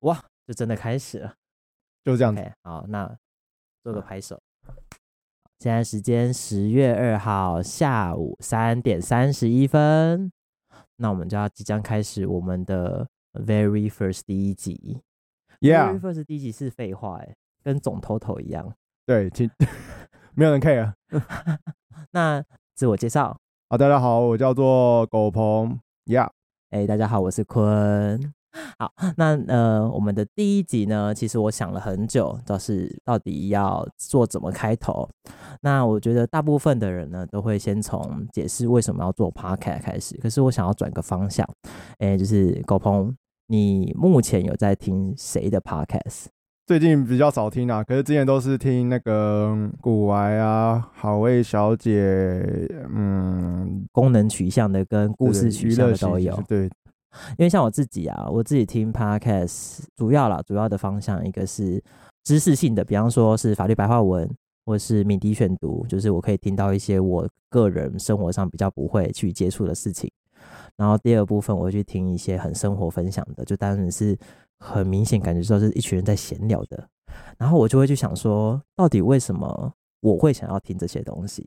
哇，就真的开始了。就是这样子。 OK，好，那做个拍手。现在时间十月二号下午三点三十一分，那我们就要即将开始我们的 very first 第一集。very Yeah， first 第一集是废话、欸，跟总 total 一样。对，请 没有人 care。那自我介绍，好，大家好，我叫做狗鹏。Yeah，哎、大家好，我是坤。好，那呃，我们的第一集呢，其实我想了很久，就是到底要做怎么开头。那我觉得大部分的人呢，都会先从解释为什么要做 podcast 开始。可是我想要转个方向，哎、就是狗鹏，你目前有在听谁的 podcast？最近比较少听啊，可是之前都是听那个嗯古玩啊、好味小姐，嗯，功能取向的跟故事对取娱向乐的都型有。对，因为像我自己啊，我自己听 podcast 主要啦，主要的方向一个是知识性的，比方说是法律白话文，或是敏迪选读，就是我可以听到一些我个人生活上比较不会去接触的事情。然后第二部分，我会去听一些很生活分享的，就当然是很明显感觉到是一群人在闲聊的。然后我就会去想说，到底为什么我会想要听这些东西？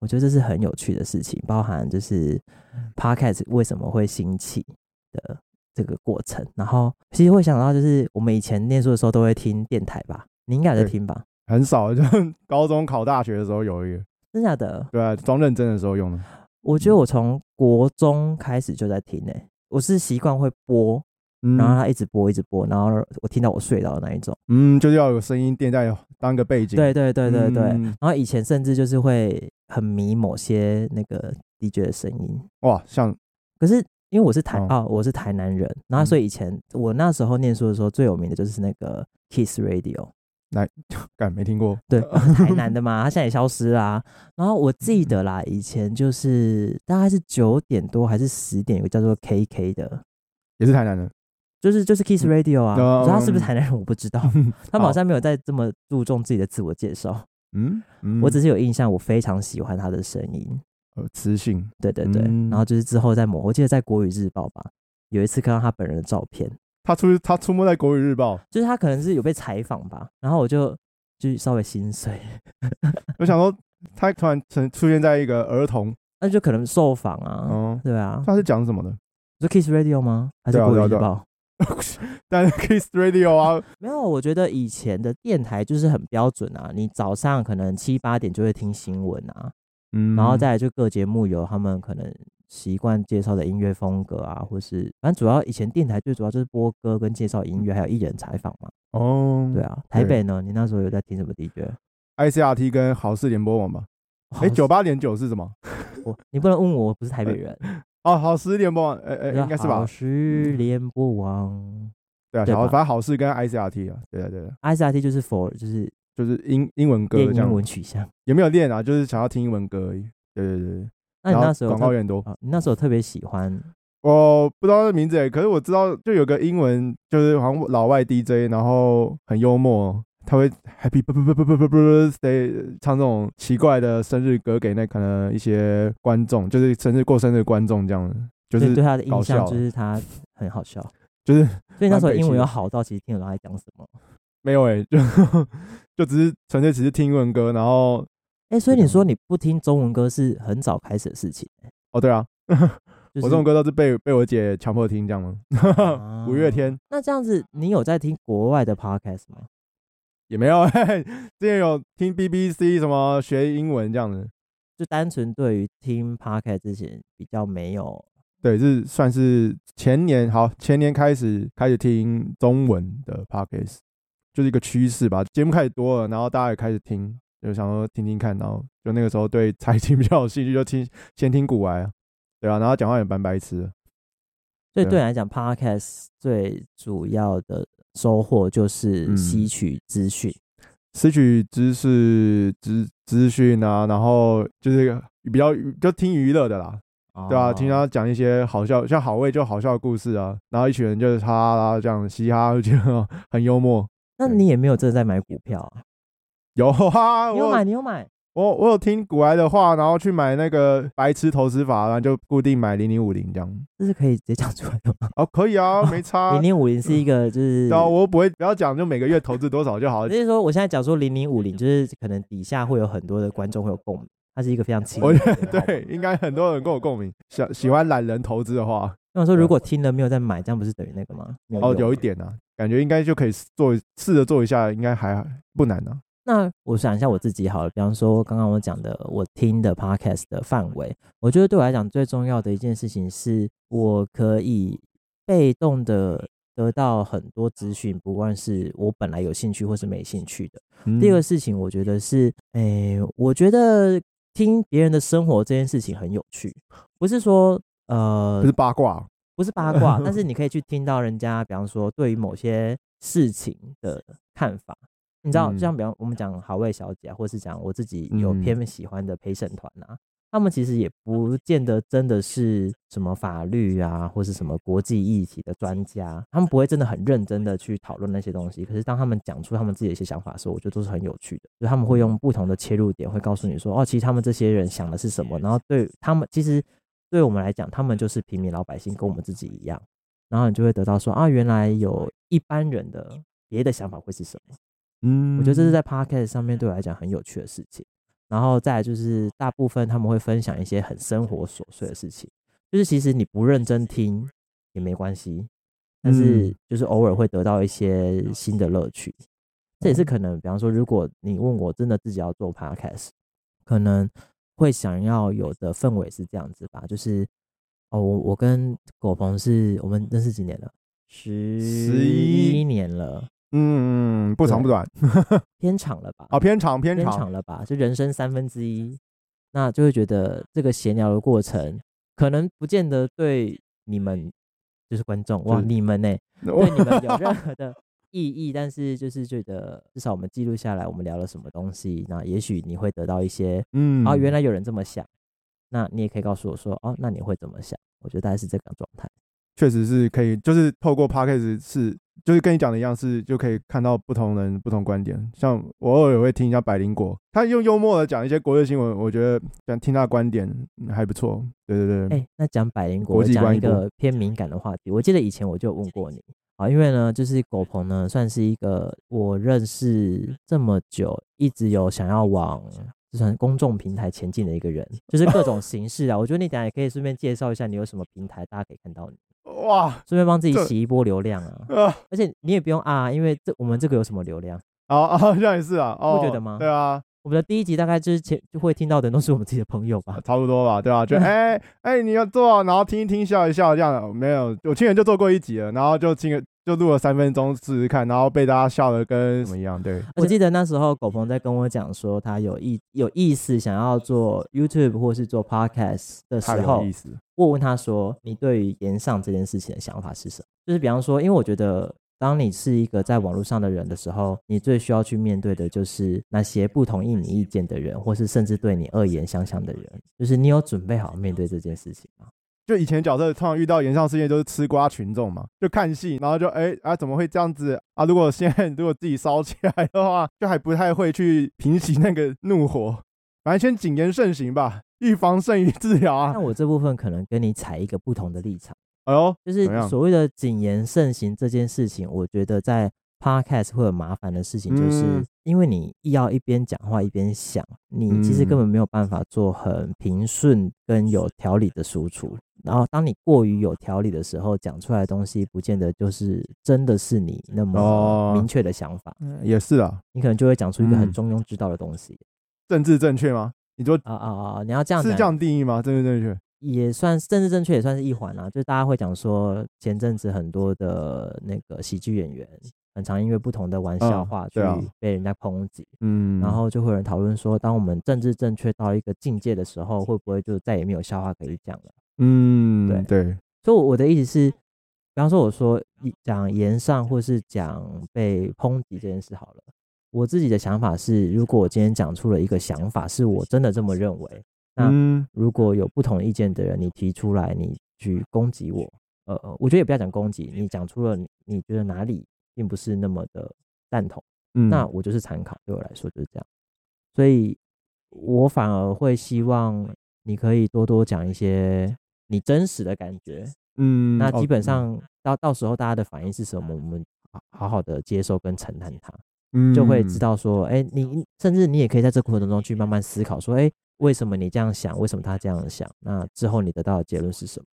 我觉得这是很有趣的事情，包含就是 podcast 为什么会兴起，的这个过程。然后其实会想到，就是我们以前念书的时候都会听电台吧，你应该有在对听吧？很少。 就高中考大学的时候有一个，真假的？对啊，装认真的时候用的。我嗯觉得我从国中开始就在听诶、我是习惯会播，嗯然后它一直播一直播，然后我听到我睡着的那一种。嗯，就是要有声音垫在当个背景。对对对对对。嗯然后以前甚至就是会很迷某些那个 DJ 的声音，哇，像可是因为我是台哦嗯哦我是台南人，然后所以以前我那时候念书的时候最有名的就是那个 Kiss Radio，干没听过。对，呃台南 的嘛，他现在也消失啦、然后我记得啦，以前就是大概是九点多还是十点，有个叫做 KK 的，也是台南人。就是就是 Kiss Radio 啊。嗯我说他是不是台南人，我不 知道。他们好像没有在这么注重自己的自我介绍。嗯，嗯我只是有印象，我非常喜欢他的声音。呃磁性。对对对，嗯然后就是之后在某，我记得在国语日报吧，有一次看到他本人的照片，他出他出没在国语日报，就是他可能是有被采访吧，然后我就就稍微心碎，我想说他突然成出现在一个儿童，那就可能受访啊，嗯，对啊，他是讲什么的？你说 Kiss Radio 吗？还是对啊国对语啊日对啊报？但是 Kiss Radio 啊，没有，我觉得以前的电台就是很标准啊，你早上可能七八点就会听新闻啊，嗯，然后再来就各节目有他们可能习惯介绍的音乐风格啊，或是反正主要以前电台最主要就是播歌跟介绍音乐，还有艺人采访嘛。哦，对啊，台对北呢，你那时候有在听什么 DJ？ ，ICRT 跟好事联播网吧。哎，哇九八点九是什么？ 我你不能问我，我不是台北人，哦，好事联播网，哎啊哎，应该是吧？嗯是联播网对啊，对然后吧反正好事跟 ICRT 啊，对啊对啊， ，SRT 就是 for 就是就是英英文歌练这英样，文取向。也没有练啊，就是想要听英文歌而已。对对对对，那你然后那时候广告特也很多，啊，你那时候特别喜欢我不知道他的名字诶，欸可是我知道就有个英文，就是好像老外 DJ，然后很幽默，他会 Happy 不不不不不不不 Birthday 唱这种奇怪的生日歌给那可能一些观众，就是生日过生日的观众这样，就对是对他的搞印象笑就是他很好笑， 就是所以那时候蛮北英文有气的好到其实听得懂他在讲什么。没有诶，就就只是纯粹只是听英文歌，然后哎、所以你对啊的说你不听中文歌是很早开始的事情、哦对啊，就是、我这种歌都是被被我姐强迫听这样吗？啊 五月天。那这样子，你有在听国外的 podcast 吗？也没有、欸， 之前有听 BBC 什么学英文这样子，就单纯对于听 podcast 之前比较没有，对，是算是前年好，前年开始开始听中文的 podcast，就是一个趋势吧。节目开始多了，然后大家也开始听，就想说听听看，然后就那个时候对财经 比较有兴趣，就听先听古玩啊，对啊，然后讲话也蛮白痴的，所以对啊对你来讲，podcast 最主要的收获就是嗯吸取资讯。吸取知识、资资讯啊，然后就是比较就听娱乐的啦，对啊，听哦他讲一些好笑，像好味就好笑的故事啊，然后一群人就是哈啦啦这样嘻哈，就 觉得很幽默。那对你也没有真的在买股票、啊，有啊，你有买，我你有买，我我有听古来的话，然后去买那个白痴投资法，然后就固定买零零五零这样。这是可以直接讲出来的吗？哦，可以啊，没 差。零零五零是一个就是，对啊，我又不会不要讲，就每个月投资多少就 好我。就是说我现在讲说零零五零，就是可能底下会有很多的观众会有共鸣，它是一个非常轻我的觉一得个号码。哦对，应该很多人跟我共鸣。喜喜欢懒人投资的话，那我说如果听了没有再买，这样不是等于那个吗？没啊哦，用有一吗。点啊，感觉应该就可以做，试着做一下，应该还不难啊。那我想一下我自己好了，比方说刚刚我讲的，我听的 podcast 的范围，我觉得对我来讲最重要的一件事情是，我可以被动的得到很多资讯，不管是我本来有兴趣或是没兴趣的。嗯第二个事情，我觉得是，诶、我觉得听别人的生活这件事情很有趣，不是说呃不是八卦，啊不是八卦，但是你可以去听到人家，比方说对于某些事情的看法。你知道，就嗯像比方我们讲好味小姐啊，或是讲我自己有嗯偏喜欢的陪审团啊，他们其实也不见得真的是什么法律啊，或是什么国际议题的专家，他们不会真的很认真的去讨论那些东西。可是当他们讲出他们自己的一些想法的时候，我觉得都是很有趣的，就他们会用不同的切入点，会告诉你说，哦，其实他们这些人想的是什么，然后对他们其实对我们来讲，他们就是平民老百姓，跟我们自己一样。然后你就会得到说啊，原来有一般人的别的想法会是什么？嗯我觉得这是在 podcast 上面对我来讲很有趣的事情。然后再来就是大部分他们会分享一些很生活琐碎的事情，就是其实你不认真听也没关系，但是嗯就是偶尔会得到一些新的乐趣。这也嗯是可能，比方说，如果你问我真的自己要做 podcast，可能会想要有的氛围是这样子吧，就是哦，我我跟果鹏是我们认识几年了，十11年了，嗯，不长不短，偏长了吧？啊，偏长偏偏长，长了吧？就人生三分之一，那就会觉得这个闲聊的过程，可能不见得对你们就是观众哇，是你们 呢、我对你们有任何的意义，但是就是觉得至少我们记录下来，我们聊了什么东西，那也许你会得到一些嗯啊，原来有人这么想，那你也可以告诉我说，哦，那你会怎么想？我觉得大概是这个状态。确实是可以，就是透过 podcast 是，就是跟你讲的一样，是就可以看到不同人不同观点。像我偶尔也会听一下百灵果，他用幽默的讲一些国际新闻，我觉得想听他的观点嗯还不错。对对对，哎，那讲百灵果，嗯国我际讲观一一波个偏敏感的话题。我记得以前我就有问过你啊，因为呢，就是狗鹏呢，算是一个我认识这么久，一直有想要往。就算公众平台前进的一个人，就是各种形式啊。我觉得你等下也可以顺便介绍一下你有什么平台，大家可以看到你，哇顺便帮自己这洗一波流量啊。啊而且你也不用啊，因为这我们这个有什么流量？啊啊，好像也是啊，哦，不觉得吗对啊，我们的第一集大概就是前就会听到的都是我们自己的朋友吧。差不多吧，对吧、就哎哎，你要做，然后听一听，笑一笑，这样没有。我去年就做过一集了，然后就听就录了三分钟试试看，然后被大家笑的跟什么一样，对，我记得那时候狗鹏在跟我讲说，他有意有意思想要做 YouTube 或是做 Podcast 的时太有候意，思。我问他说，你对于延上这件事情的想法是什么？就是比方说，因为我觉得。当你是一个在网络上的人的时候，你最需要去面对的就是那些不同意你意见的人，或是甚至对你恶言相向的人。就是你有准备好面对这件事情啊吗？就以前角色通常遇到延上事件都是吃瓜群众嘛，就看戏，然后就哎、啊怎么会这样子啊？如果现在如果自己烧起来的话，就还不太会去平息那个怒火，反正先谨言慎行吧，预防胜于治疗啊那。我这部分可能跟你踩一个不同的立场。哎呦，就是怎么样所谓的谨言慎行这件事情，我觉得在 podcast 会有麻烦的事情，就是嗯因为你要一边讲话一边想，你其实根嗯本没有办法做很平顺跟有条理的输出。然后，当你过于有条理的时候，讲出来的东西不见得就是真的是你那么哦明确的想法，也是啊，你可能就会讲出一个很嗯中庸之道的东西。政治正确吗？你说啊啊啊！你要这样是讲这，样定义吗？政治正确？也算是政治正确，也算是一环啦、就是大家会讲说，前阵子很多的那个喜剧演员，很常因为不同的玩笑嗯话去对啊被人家抨击，嗯，然后就会有人讨论说，当我们政治正确到一个境界的时候，会不会就再也没有笑话可以讲了？嗯，对对，所以我我的意思是，比方说我说一讲言上或是讲被抨击这件事好了，我自己的想法是，如果我今天讲出了一个想法，是我真的这么认为，那嗯如果有不同意见的人，你提出来，你去攻击我，呃，我觉得也不要讲攻击，你讲出了你你觉得哪里并不是那么的赞同，嗯，那我就是参考，对我来说就是这样。所以我反而会希望你可以多多讲一些你真实的感觉。嗯，那哦基本嗯上到到时候大家的反应是什么，我们好好好的接受跟承担它。嗯就会知道说，哎、你甚至你也可以在这过程中去慢慢思考，说，哎、为什么你这样想？为什么他这样想？那之后你得到的结论是什么？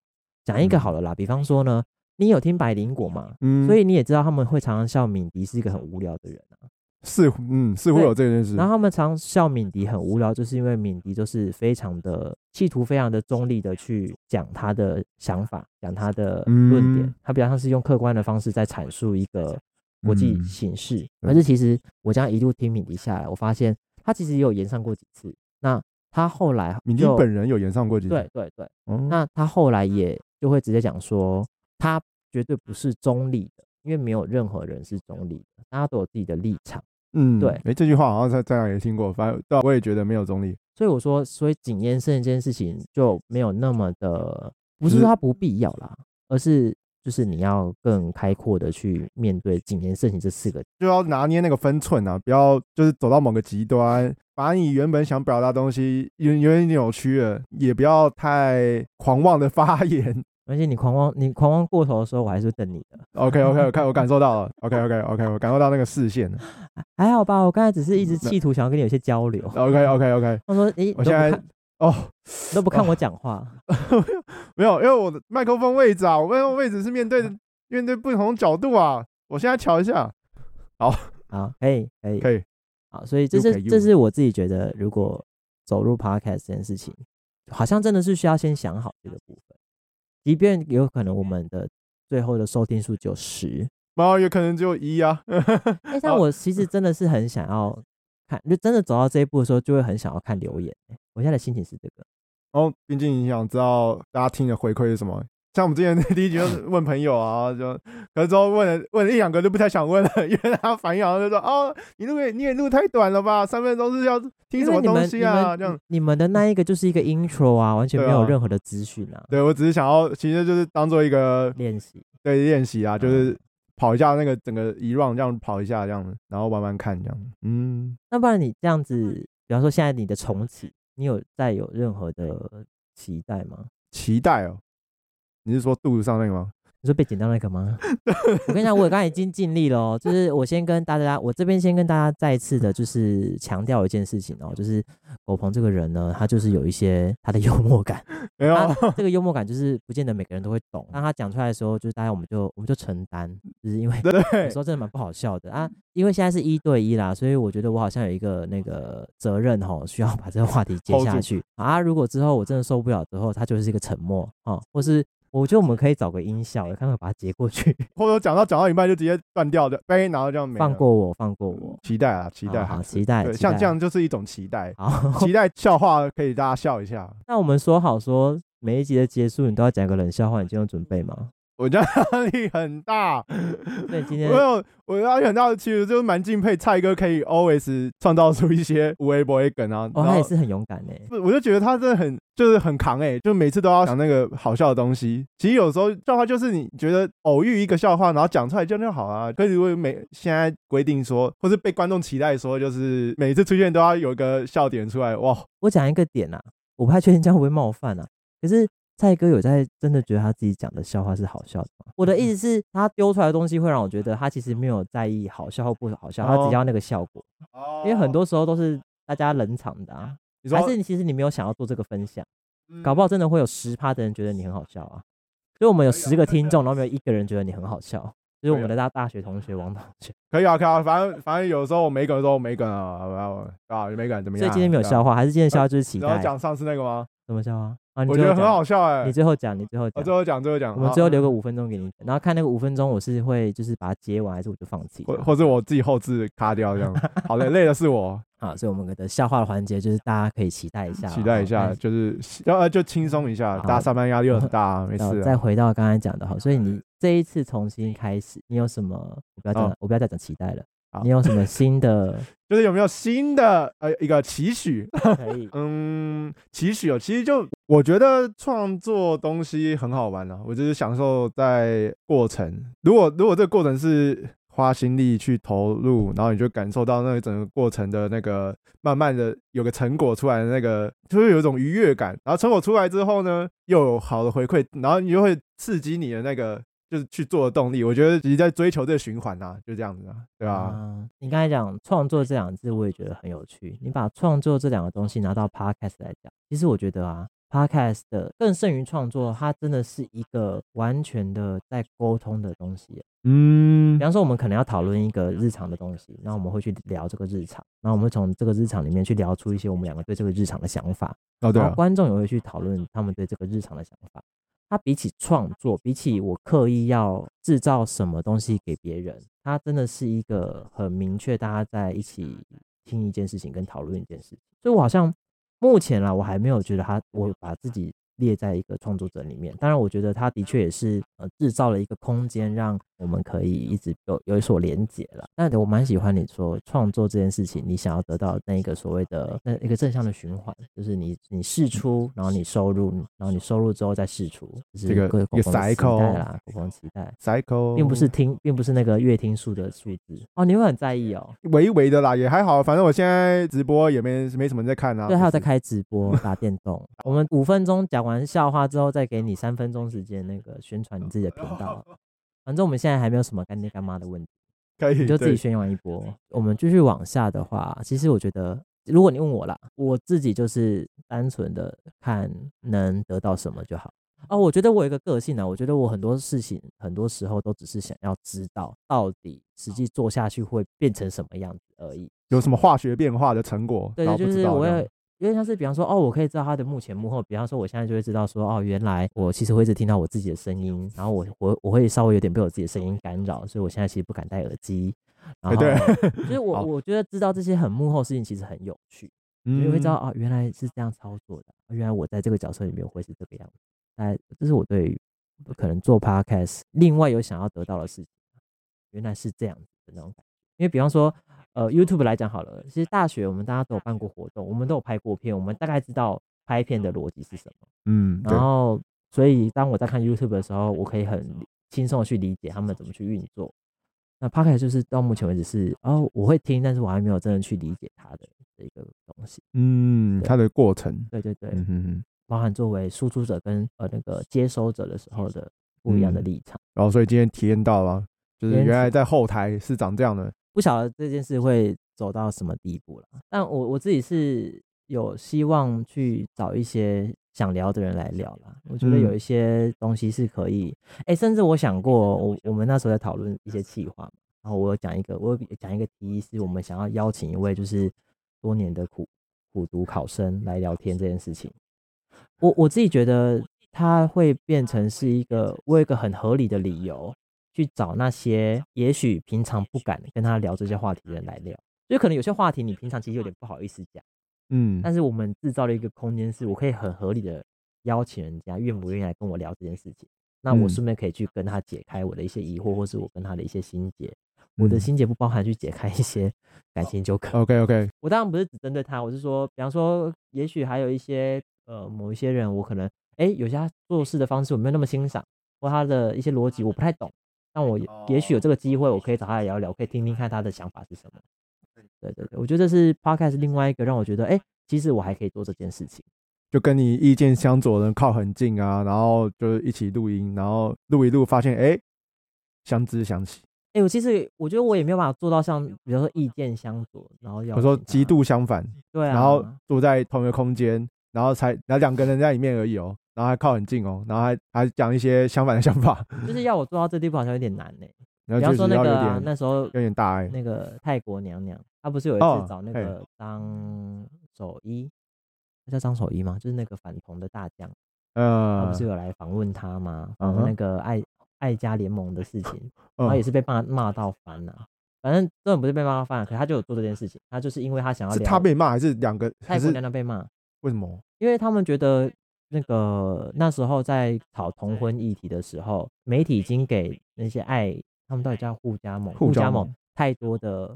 讲一个嗯好了啦，比方说呢，你有听百灵果嘛？嗯，所以你也知道他们会常常笑敏迪是一个很无聊的人啊，似乎嗯似乎对有这件事，然后他们常笑敏迪很无聊，就是因为敏迪就是非常的企图非常的中立的去讲他的想法，讲他的论点，嗯他比较像是用客观的方式在阐述一个国际嗯形势。对可是其实我这样一路听敏迪下来，我发现他其实也有延上过几次。那他后来敏迪就本人有演上过几次，对对对，哦，那他后来也就会直接讲说，他绝对不是中立的，因为没有任何人是中立的，大家都有自己的立场。嗯对哎这句话好像在在哪里听过，反正对啊我也觉得没有中立，所以我说，所以谨言慎行这件事情就没有那么的，不是是说它不必要啦，而是就是你要更开阔的去面对谨言慎行这四个字。就要拿捏那个分寸啊，不要就是走到某个极端，把你原本想表达的东西有有点扭曲了，也不要太狂妄的发言。 而且你狂妄，你狂妄过头的时候，我还是会瞪你的。 OK OK，我看我感受到了，OK OK OK，我感受到那个视线了还好吧，我刚才只是一直企图想要跟你有一些交流。 ，OK OK OK，他说：“诶，你嗯哦我都不现在看，哦。你都不看我讲话，没有，因为我的麦克风位置啊，我麦克风位置是面对的面对不同角度啊。我现在瞧一下，好，可以，可以，可以，好，所以这 You 是 can 这 you 是我自己觉得，如果走入 podcast 这件事情，好像真的是需要先想好这个部分，即便有可能我们的最后的收听数只有十，然后也可能只有一啊。哎、但好我其实真的是很想要看，就真的走到这一步的时候，就会很想要看留言、欸我现在的心情是这个，然后毕竟你想知道大家听的回馈是什么。像我们之前 第一集嗯就是问朋友啊，就可是之后问了问了一两个就不太想问了，因为他反应好像就说哦，你录也你也录太短了吧，三分钟是要听因什为么你东们西啊？你这样们，嗯你们的那一个就是一个 intro 啊，完全对没有啊任何的资讯啊，对我只是想要，其实就是当做一个练习。对练习啊，就嗯是跑一下那个整个一 round 这样跑一下这样，然后玩玩看这样。嗯，那不然你这样子，比方说现在你的重启，你有再有任何的期待吗？期待哦。你是说肚子上那个吗？你说被剪掉那个吗？我跟你讲，我刚才已经尽力了哦，就是我先跟大家，我这边先跟大家再一次的，就是强调一件事情哦，就是狗鹏这个人呢，他就是有一些他的幽默感，没有，啊这个幽默感就是不见得每个人都会懂，当他讲出来的时候，就是大家我们就我们就承担，就是因为 对有时候真的蛮不好笑的啊，因为现在是一对一啦，所以我觉得我好像有一个那个责任吼，需要把这个话题接 Hold 下住去啊。如果之后我真的受不了之后，它就是一个沉默哦，或是我觉得我们可以找个音效，看看把它截过去，或者讲到讲到一半就直接断掉的，哎，然后这样没了放。过我，放过我，哦期待啊，期待好，还 好是期待，对，期像待，这样就是一种期待 好。期待笑话可以大家笑一下。 那我们说好说每一集的结束，你都要讲一个冷笑话，你今天有准备 吗？我觉得压力很 大，那你今我天有我压力很大，其实就是蛮敬佩蔡哥可以 always 创造出一些无微不微梗啊。哦，然他后也是很勇敢呢。不，我就觉得他真的很就是很扛哎、就每次都要讲那个好笑的东西。其实有时候笑话就是你觉得偶遇一个笑话，然后讲出来这样就好啊。可是如果每现在规定说，或是被观众期待说，就是每次出现都要有一个笑点出来，哇，我讲一个点啊，我不太确定这样会不会冒犯啊。可是蔡哥有在真的觉得他自己讲的笑话是好笑的吗？我的嗯意思是，他丢出来的东西会让我觉得他其实没有在意好笑或不好笑，他哦只要那个效果。因为很多时候都是大家冷场的啊，你说嗯还是你其实你没有想要做这个分享，搞不好真的会有十趴的人觉得你很好笑啊。所以我们有可以啊十个可以啊听众，然后没有一个人觉得你很好笑，就是我可们以啊的大大学同学王同学。可以啊，可以啊，反正反正有时候我没梗的时候我没梗啊，好吧我啊没梗怎么所以样？今天没有对啊笑。话，还是今天的笑话就是期然待后讲上次那个吗？什么笑话啊？你我最觉后得很讲好笑哎、你最后讲，你啊最后我讲。最后讲，最后讲，我们好嗯最后留个五分钟给你，然后看那个五分钟，我是会就是把它接完，还是我就放弃或或者我自己后置卡掉这 样。好累累的是我，啊？所以我们的笑话的环节就是大家可以期待一下啦，期待一好下，那就是要呃就轻松一下，好大家上班压力又很大啊，没呃事啊。再回到刚才讲的哈，所以你这一次重新开始，你有什么？我不要讲哦了，我不要再讲期待了好。你有什么新 的？就是有没有新的呃一个期许？可以，嗯，期许哦，其实就我觉得创作东西很好玩啊，我就是享受在过程。如果如果这个过程是花心力去投入，然后你就感受到那个整个过程的那个慢慢的有个成果出来的那个，就会有一种愉悦感。然后成果出来之后呢，又有好的回馈，然后你就会刺激你的那个就是去做的动力。我觉得你在追求这个循环啊，就这样子啊，对吧、啊，你刚才讲创作这两个字，我也觉得很有趣。你把创作这两个东西拿到 podcast 来讲，其实我觉得啊，podcast 的更胜于创作，它真的是一个完全的在沟通的东西。嗯比，方说，我们可能要讨论一个日常的东西，那我们会去聊这个日常，然后我们会从这个日常里面去聊出一些我们两个对这个日常的想法，哦对然啊后，观众也会去讨论他们对这个日常的想法。它比起创作，比起我刻意要制造什么东西给别人，它真的是一个很明确，大家在一起听一件事情跟讨论一件事情。所以我好像目前啦，我还没有觉得他我把自己列在一个创作者里面。当然，我觉得他的确也是呃制造了一个空间，让我们可以一直有有所连结了。但我蛮喜欢你说创作这件事情，你想要得到那个所谓的那一个正向的循环，就是你你试出，然后你收入，然后你收入之后再试出，就是这个各一个共同期 cycle 哦待啦，共同期待。 cycle 并不是听，并不是那个月听数的数字哦，你会很在意哦。微微的啦，也还好，反正我现在直播也没没什么人在看啊。对，还有在就是开直播打电 动。我们五分钟讲完笑话之后，再给你三分钟时间那个宣传你自己的频道。哦反正我们现在还没有什么干爹干妈的问题，可以你就自己 对宣扬一波。我们继续往下的话，其实我觉得，如果你问我啦，我自己就是单纯的看能得到什么就好。哦，我觉得我有一个个性啊，我觉得我很多事情很多时候都只是想要知道到底实哦际做下去会变成什么样子而已。有什么化学变化的成果，对然后，不就知是道我这样也有点像是，比方说，哦，我可以知道他的幕前幕后。比方说，我现在就会知道说，哦，原来我其实会一直听到我自己的声音，然后我我我会稍微有点被我自己的声音干扰，所以我现在其实不敢戴耳机。然哎后，对，就是我好我觉得知道这些很幕后的事情其实很有趣，因为会知道啊、哦，原来是这样操作的，哦原来我在这个角色里面会是这个样子。大概这是我对于可能做 podcast 另外有想要得到的事情，原来是这样子的那种感觉。因为比方说，呃，YouTube 来讲好了，其实大学我们大家都有办过活动，我们都有拍过片，我们大概知道拍片的逻辑是什么。嗯，对然后，所以当我在看 YouTube 的时候，我可以很轻松的去理解他们怎么去运作。那 Podcast 就是到目前为止是哦，我会听，但是我还没有真的去理解它的这个东西。嗯，对它的过程，对对对，嗯哼哼，包含作为输出者跟呃那个接收者的时候的不一样的嗯立场。然后所以今天体验到了，就是今天原体来在后台是长这样的，不晓得这件事会走到什么地步了。但我我自己是有希望去找一些想聊的人来聊啦。我觉得嗯有一些东西是可以，哎、甚至我想过，嗯我我们那时候在讨论一些企划嘛，然后我有讲一个，我有讲一个提议，是我们想要邀请一位就是多年的苦苦读考生来聊天这件事情。我我自己觉得它会变成是一个，我有一个很合理的理由去找那些也许平常不敢跟他聊这些话题的人来聊。就可能有些话题你平常其实有点不好意思讲，嗯，但是我们制造了一个空间，是我可以很合理的邀请人家愿不愿意来跟我聊这件事情。那我嗯顺便可以去跟他解开我的一些疑惑，或是我跟他的一些心结。我的嗯心结不包含去解开一些感情纠葛， ，OK OK，我当然不是只针对他，我是说，比方说，也许还有一些呃某一些人，我可能哎有些他做事的方式我没有那么欣赏，或他的一些逻辑我不太懂，但我也也许有这个机会，我可以找他来聊聊，可以听听看他的想法是什么。嗯对对对，我觉得这是 podcast 另外一个让我觉得，哎，其实我还可以做这件事情。就跟你意见相左的人靠很近啊，然后就一起录音，然后录一录，发现哎，相知相惜，哎，我其实我觉得我也没有办法做到像，比如说意见相啊左，然后要我说极度相反，对啊，然后住在同一个空间，然后才然后两个人在里面而已哦，然后还靠很近哦，然后还还讲一些相反的想法， 就是要我做到这地步好像有点难呢、然比方后确说实那要有个啊、点那时候有点大欸爱，那个泰国娘娘，她不是有一哦次找那嘿个张守一，她叫张守一吗？就是那个反同的大将，她呃哦不是，有来访问他吗？嗯访问那哼个爱爱家联盟的事情，然哦后也嗯，是被骂骂到翻了。反正根本不是被骂到翻了，可他就有做这件事情，他就是因为他想要是聊他被骂还是两个还泰是国娘娘被骂，为什么？因为他们觉得那个那时候在炒同婚议题的时候，媒体已经给那些爱他们到底叫护家盟、护护家家盟盟太多的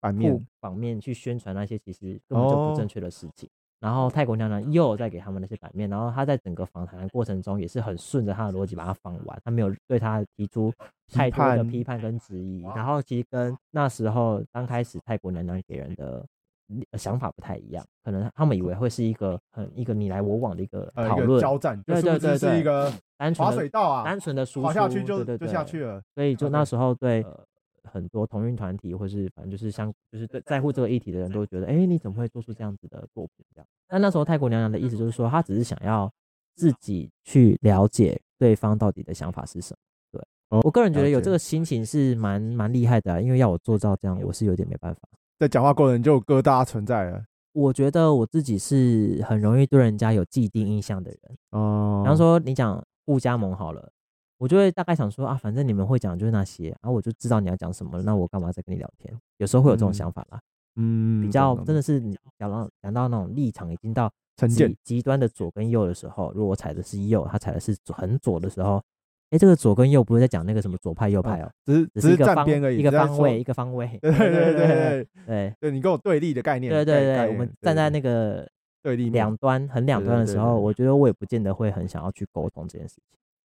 反面哦不，反面去宣传那些其实根本就不正确的事情。然后泰国娘娘又在给他们那些版面，然后他在整个访谈的过程中也是很顺着他的逻辑把它访完，他没有对他提出太多的批判批判跟质疑。然后其实跟那时候刚开始泰国娘娘给人的呃想法不太一样，可能他们以为会是一个很一个你来我往的一个呃讨一个论，交战，就对是对不对是是对一个单滑纯水的道啊，单纯的输出，滑下去就对对就对下去了。所以就啊那对时候对、呃很多同运团体，或是反正就是相就是对在乎这个议题的人，都会觉得，哎、你怎么会做出这样子的作品？这样。那那时候泰国娘娘的意思就是说，她只是想要自己去了解对方到底的想法是什么。对哦我个人觉得了有解这个心情是蛮蛮厉害的啊、因为要我做到这样，我是有点没办法。在讲话过程就有疙瘩存在了。我觉得我自己是很容易对人家有既定印象的人。哦比方，说你讲互加盟好了，我就会大概想说啊，反正你们会讲就是那些，然、后我就知道你要讲什么了，那我干嘛再跟你聊天？有时候会有这种嗯想法啦，嗯，比较懂真的是你讲到讲到那种立场已经到成见极极端的左跟右的时候，如果我踩的是右，他踩的是左很左的时候。哎，这个左跟右不是在讲那个什么左派右派哦，只是只只是一是个站方边而已，一个只是在方说位，一。个方位。 对对对对对对，对对你跟我对立的概念，对对概概对，我念们对站在对那个对立面两端很两对端的对时对候，对我觉得我也不见得会很想要去沟通这件事情。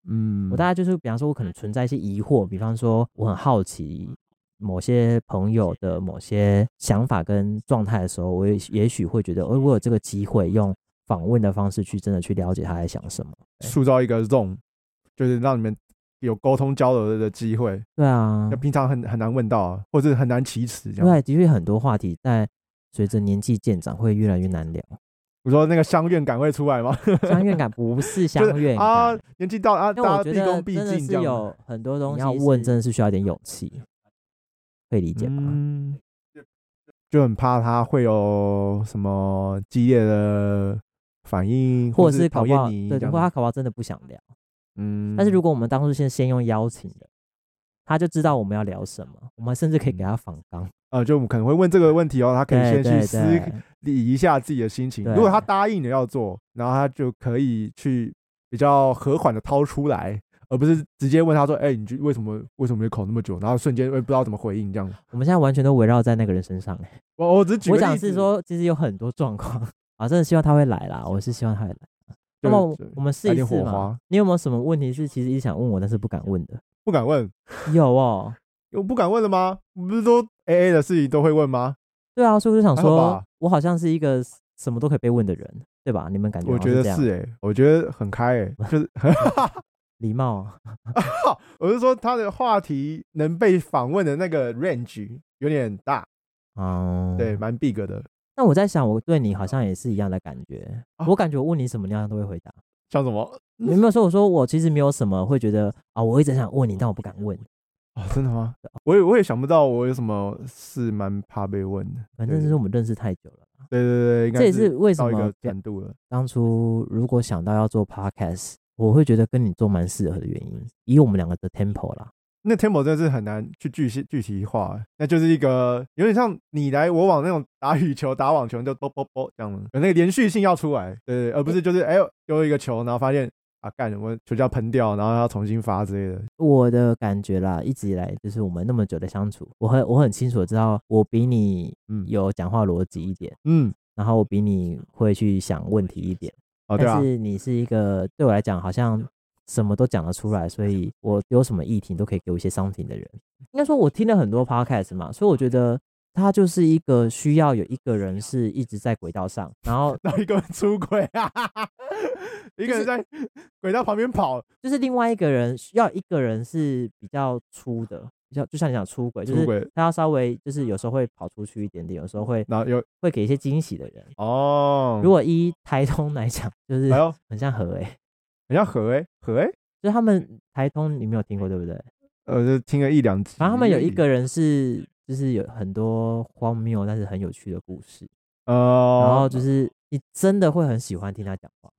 嗯，我大概就是，比方说，我可能存在一些疑惑，比方说，我很好奇某些朋友的某些想法跟状态的时候，我也也许会觉得，哦，我有这个机会用访问的方式去真的去了解他在想什么。塑造一个 zone，就是让你们有沟通交流的机会。对啊那，平常很很难问到啊，或者很难启齿这样。对，的确很多话题在随着年纪渐长会越来越难聊。我说那个相怨感会出 来吗？相 怨感不是就相是怨啊感，，年纪到了啊，因为我大家觉毕得恭毕真的敬是这样。啊有很多东你西要是问真的是需要一点勇气，可以理解吗？嗯，就很怕他会有什么激烈的反应，或者是搞讨不好厌你对，这或他样。搞不好真的不想聊。嗯，但是如果我们当初先先用邀请的，他就知道我们要聊什么，我们甚至可以给他访纲，呃，就我们可能会问这个问题哦，他可以对先去对思对理一下自己的心情。对如果他答应了要做，然后他就可以去比较和缓的掏出来，而不是直接问他说：“哎、你去为什么为什么要考那么久？”然后瞬间哎会不知道怎么回应这样。我们现在完全都围绕在那个人身上。欸我我只举我个例想子是，说，其实有很多状况啊，真的希望他会来啦，我是希望他会来。啊那就么就我们试来一点试火嘛花。你有没有什么问题是其实一直想问我，但是不敢问的？不敢问，有哦，我不敢问了吗？不是说 A A 的事情都会问吗？对啊，所以我就想还好说吧，我好像是一个什么都可以被问的人，对吧？你们感觉我好像觉得这样是哎、我觉得很开哎、就是礼貌，啊我是说他的话题能被访问的那个 range 有点大，嗯，对，。蛮 big 的，那我在想，我对你好像也是一样的感觉。啊我感觉我问你什么，你好像都会回答。像什么？你有没有说？我说我其实没有什么会觉得啊，我一直想问你，但我不敢问。哦，真的吗？我也我也想不到我有什么事蛮怕被问的。反正就是我们认识太久了，对对对，应这该也是为什到一么个程度了。当初如果想到要做 podcast，我会觉得跟你做蛮适合的原因，以我们两个的 tempo 啦。那 tempo 真的是很难去具体具体化，欸那就是一个有点像你来我往那种打羽球、打网球就啵啵啵这样，有那个连续性要出来，对对，而不是就是哎呦丢一个球，然后发现啊干我球要喷掉，然后要重新发之类的。我的感觉啦，一直以来就是我们那么久的相处，我很我很清楚地知道，我比你嗯有讲话逻辑一点，嗯，然后我比你会去想问题一点。哦对但啊，是你是一个对我来讲好像什么都讲得出来，所以我有什么议题你都可以给我一些 something 的人。应该说，我听了很多 podcast 嘛，所以我觉得他就是一个需要有一个人是一直在轨道上，然后然后一个人出轨啊， 一个人在轨道旁边跑，就是另外一个人需要一个人是比较粗的，比较就像你讲出轨，就出是轨，他要稍微就是有时候会跑出去一点点，有时候会然后有会给一些惊喜的人。哦，如果依台通来讲，就是哎呦，很像何诶、很像河哎河哎，就是他们台通你没有听过对不对？呃，就听了一两集而已。反正他们有一个人是，就是有很多荒谬但是很有趣的故事，呃，然后就是你真的会很喜欢听他讲话，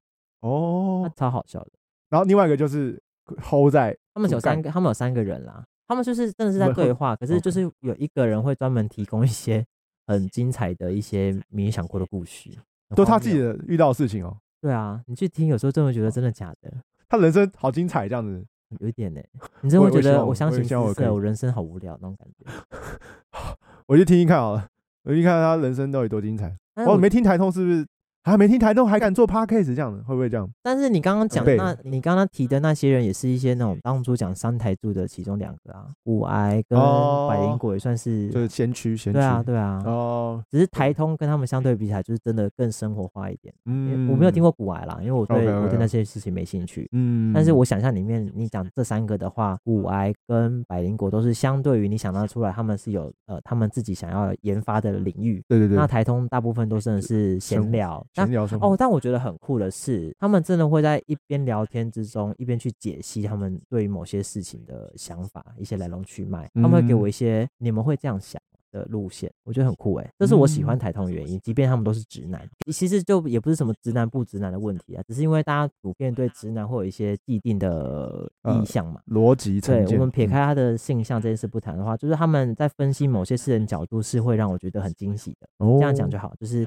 他哦，超好笑的。然后另外一个就是 hold 在他们有骨干三个，他们有三个人啦，他们就是真的是在 你们会对话，可是 OK 就是有一个人会专门提供一些很精彩的一些没想过的故事，很都是他荒自己谬。的遇到的事情哦，对啊，你去听有时候真的会觉得真的假的，他人生好精彩这样子，有一点呢、你真的会我觉我希得望我我相我信希望我失可色，以哦我人生好无聊那种感觉。我去听听看好了，我去看他人生到底多精彩。但是哦，我没听台通是不是还没听台东还敢做 podcast 这样的，会不会这样？但是你刚刚讲对那，你刚刚提的那些人也是一些那种当初讲三台柱的其中两个啊，五癌跟哦百灵果也算是，就是先驱，先驱。对啊，对啊，哦，只是台通跟他们相对比起来，就是真的更生活化一点。嗯，我没有听过古癌啦，因为我对 OK，OK，OK 我对那些事情没兴趣。嗯，但是我想象里面，你讲这三个的话，古癌跟百灵果都是相对于你想象出来，他们是有呃他们自己想要研发的领域。对对对，那台通大部分都真的是闲生活聊，那闲聊生活哦，但我觉得很酷的是，他们真的会在一边聊天之中，一边去解析他们对于某些事情的想法、一些来龙去脉。他们会给嗯我一些你们会这样想的路线，我觉得很酷诶、欸这是我喜嗯欢台通的原因。即便他们都是直男，其实就也不是什么直男不直男的问题啊，只是因为大家普遍对直男会有一些既定的呃意向嘛。逻辑成哦对见嗯我们撇开他的性向这件事不谈的话，就是他们在分析某些事情角度是会让我觉得很惊喜的。这这样讲就好，就是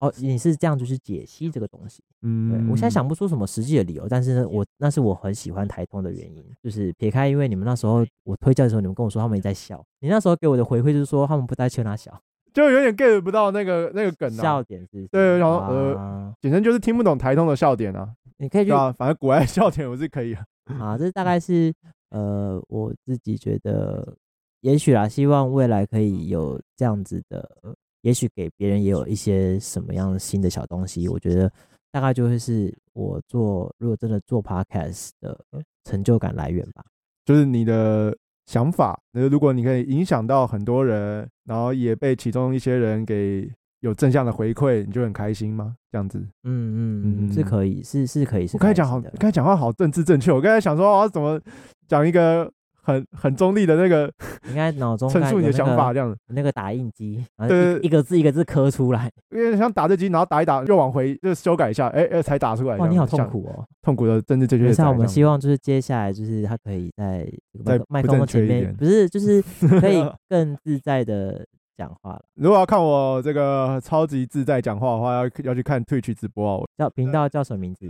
哦，你是这样就去解析这个东西。对嗯，我现在想不出什么实际的理由，但是呢，我那是我很喜欢台通的原因，就是撇开因为你们那时候我推荐的时候，你们跟我说他们也在笑，你那时候给我的回馈就是说他们不在笑他笑，就有点 get 不到那个那个梗啊笑，点是不是对然后呃啊简直就是听不懂台通的笑点啊，你可以去对啊，反正国外笑点我是可以啊，啊，这大概是呃我自己觉得，也许啦，希望未来可以有这样子的，呃也许给别人也有一些什么样新的小东西，我觉得大概就会是我做如果真的做 podcast 的嗯成就感来源吧。就是你的想法，那如果你可以影响到很多人，然后也被其中一些人给有正向的回馈，你就很开心吗？这样子，嗯嗯嗯，是嗯可以，是是可以，是我刚才开讲心好，的刚才讲话好政治正确，我刚才想说我要怎么讲一个很很中立的那个应该脑中陈刚才述你有的那想个法，这样子。那个打印机，然后对对一一个字一个字刻出来，因为想打字机，然后打一打，又往回就修改一下，哎、哎、才打出来。哇，你好痛像苦哦。痛苦的政治正确没的事宅啊，这我样。们希望就是接下来就是他可以在这个麦再克麦不克风正前确一面，点不是就是 可以更自在的讲话了。如果要看我这个超级自在讲话的话，要要去看 Twitch 直播哦。叫频道叫什么名字？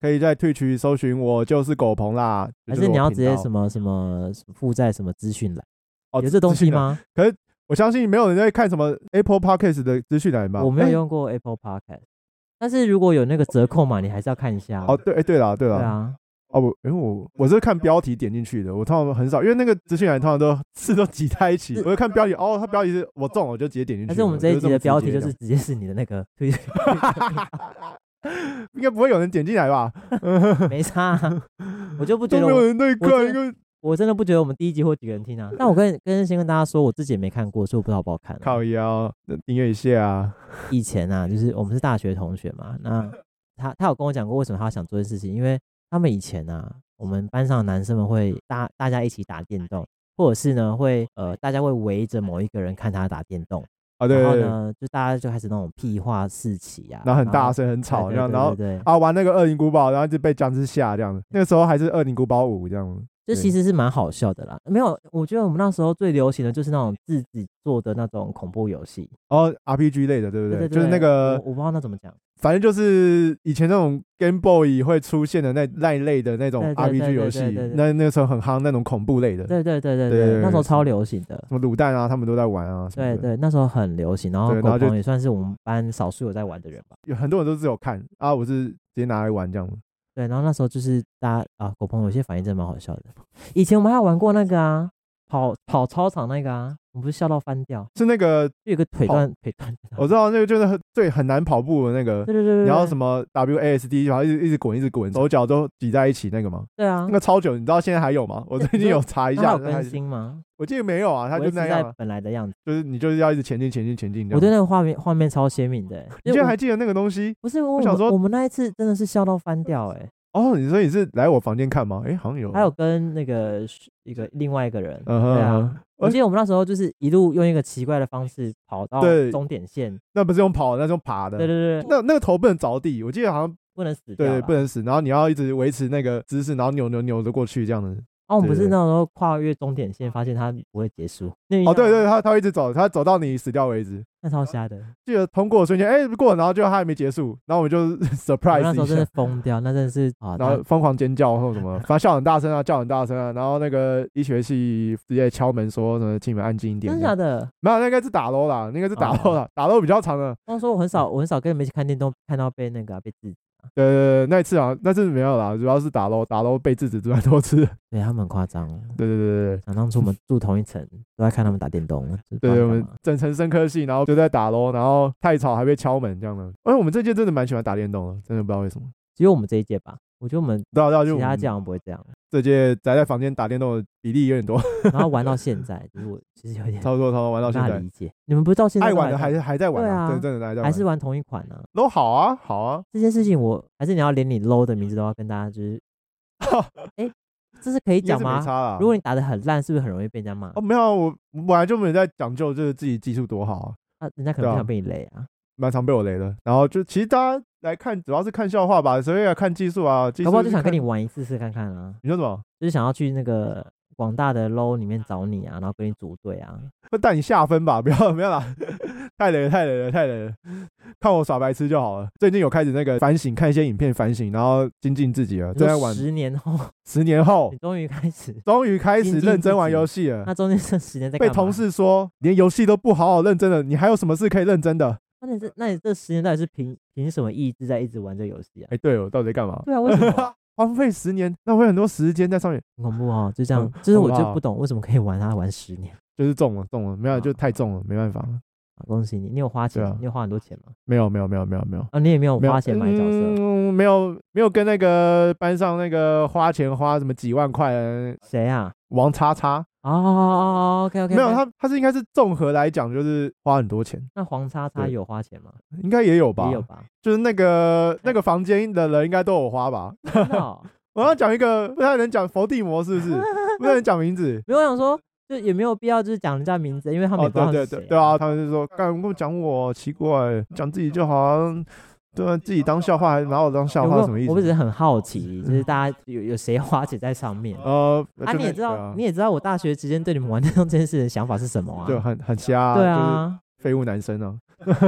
可以在 Twitch 搜寻我就是狗鹏啦，还就是你我要频直接道什么什么什么附在什么资讯栏？哦有这东西？吗？资讯栏我相信没有人在看什么 Apple Podcast 的资讯栏吧？我没有哎用过 Apple Podcast，但是如果有那个折扣码，你还是要看一下啊。哦，对，哎、对了，对对了，啊，哦，我，因为我我是看标题点进去的，我通常很少，因为那个资讯栏通常都 字都挤在一起，是我就看标题，哦，它标题是我中了，我就直接点进去了。但是我们这一就集么的直标题接就这样是直接是你的那个 推，应该不会有人点进来吧？没差啊、我就不觉 都得没有我，人在我看，真因为我真的不觉得我们第一集会有几个人听啊。但我跟跟先跟大家说，我自己也没看过，所以我不知道好不好看啊、靠腰，那订阅一下啊。以前啊，就是我们是大学同学嘛，那他他有跟我讲过为什么他想做这件事情，因为他们以前啊，我们班上的男生们会大大家一起打电动，或者是呢会呃大家会围着某一个人看他打电动，啊，对然对后对，呢就大家就开始那种屁话四起啊，然后很大声很吵对这样，对然后对对对啊玩那个恶灵古堡，然后就被僵尸吓这样。那个时候还是恶灵古堡五这样，就对其实是蛮好笑的啦。没有，我觉得我们那时候最流行的就是那种自己做的那种恐怖游戏，哦 RPG 类的，对不对对，就是那个，我我不知道那怎么讲，反正就是以前那种 Game Boy 会出现的那那一类的那种对对对 RPG 游戏对对对，对那那个时候很夯那种恐怖类的，什对对对对对对，对那时候对超流行的。么卤蛋啊，他们都在玩啊。什么对的，对，那时候很流行，然后对然狗后就鹏也算是我们班少数有在玩的人吧。有很多人都只有看啊，我是直接拿来玩这样。对，然后那时候就是大家啊，狗鹏有些反应真的蛮好笑的。以前我们还有玩过那个啊，跑跑操场那个啊，我们不是笑到翻掉，是那个就有一个腿跑断腿断掉。我知道那个就是很最很难跑步的那个对，对对对，然后什么？么 WASD，然后一直一直滚，一直滚，手脚都挤在一起那个吗？对啊那，个超久，你知道现在还有吗？我那最你近说有查一那它下，有但还更是新吗？我记得没有啊，它我就一直那在样啊，本来的样子。就是你就是要一直前进，前进，前进这我对样。那个画面画面超鲜明的欸，你就居然我还记得那个东西？不是我想们说我们那一次真的是笑到翻掉哎，哦，你说你是来我房间看吗？哎，好像有，还有，跟那个是一个另外一个人，嗯哼对啊嗯哼，我记得我们那时候就是一路用一个奇怪的方式跑到对终点线，那不是用跑的，那是用爬的。对对对，对那那个头不能着地，我记得好像不能死掉啦，对不能死，然后你要一直维持那个姿势，然后扭扭扭着过去这样的。哦，我们不是对那时候跨越终点线，发现它不会结束。那哦，对对，，他他会一直走，他走到你死掉为止。那超瞎的。记得通过的瞬间，哎、过了，然后就他还没结束，然后我们就 我那 surprise 时候一真的下，疯掉，那真的是啊，然后疯狂尖叫或什么，反正笑很大声啊，叫很大声啊，然后那个医学系直接敲门说什么，请你们安静一点真这的样。假的？没有，那应该是打 l 啦，那应该是打哦 l 啦，打 l 比较长啊的。光说我很少，我很少跟你们一起看电动，看到被那个啊、被制止，呃，那一次啊，那次没有啦，主要是打 l 打 l 被制止之外多次。对他们很夸张。对对对对对。想当初我 们住同一层，都在看他们打电动。就是不知道对，我干们嘛整层生科系，然后就在打咯，然后太吵还被敲门这样的。哎，我们这届真的蛮喜欢打电动的，真的不知道为什么。只有我们这一届吧，我觉得我们对啊对啊，就其我他们届好像不会这样。这届宅在房间打电动的比例有点多， 然后玩到现在，就是我其实有点差不多差不多玩到不现大在理，解，你们不是到现在爱都玩的在还是还在玩啊，对真啊的真的还在玩，还是玩同一款呢？都好啊好啊，这件事情我还是你要连你 low 的名字都要跟大家就是，哎，这是可以应该讲是吗没？差啦。 如果你打的很烂，是不是很容易被人家骂哦？没有啊，我我本来就没有在讲究就是自己技术多好啊，那人家可能对不啊想被你雷啊，蛮常被我雷的。然后就其实大家来看主要是看笑话吧，所以要看技术啊，技术搞不好就想看跟你玩一次试看看啊，你说什么？就是想要去那个广大的 low 里面找你啊，然后跟你组队啊。会带你下分吧， 不要不要啦，太累了太累了太累了，看我耍白痴就好了。最近有开始那个反省，看一些影片反省，然后精进自己了。你正在说玩，哦十年后，十年后你终于开 始，终于开精始进认真自玩己游戏了那。中间这十年在被干嘛同，事说连游戏都不好好认真的，你还有什么事可以认真的？那你这那你这十年到底是凭凭什么意志在一直玩这游戏啊？哎，对我到底在干嘛？对啊，为什 么？荒废十年，浪费很多时间在上面，很恐怖哦，就这 样嗯，就是我好不就好不懂为什么可以玩它玩十年。就是中了中了，没有就啊太重了，没办法。啊恭喜你，你有花钱对吗啊，你有花很多钱吗？没有没有没有没有没有。啊，你也没有没有花钱买角色，嗯，没有没有跟那个班上那个花钱花什么几万块的谁啊？王叉叉，哦哦哦，OK OK，没有，他他是应该是综合来讲，就是花很多钱，那黄叉叉对有花钱吗？应该也有吧也？有吧？就是 那个那个房间的人应该都有花吧？真的哦我要讲一个不太能讲伏地魔是不是？不太能讲名字。没有我想说，就也没有必要就是讲人家名字，因为他们哦，也不知道对是对谁对对啊，他们就说干，跟我讲我奇怪，讲自己就好像对啊，自己当笑话，还拿我当笑有没话有什么意我只是思？嗯很好奇，就是大家有有谁花钱在上面？呃，啊，就你也那知对道啊，你也知道我大学期间对你们玩电动这件事的想法是什么啊？就很很瞎，对，啊，废物男生啊，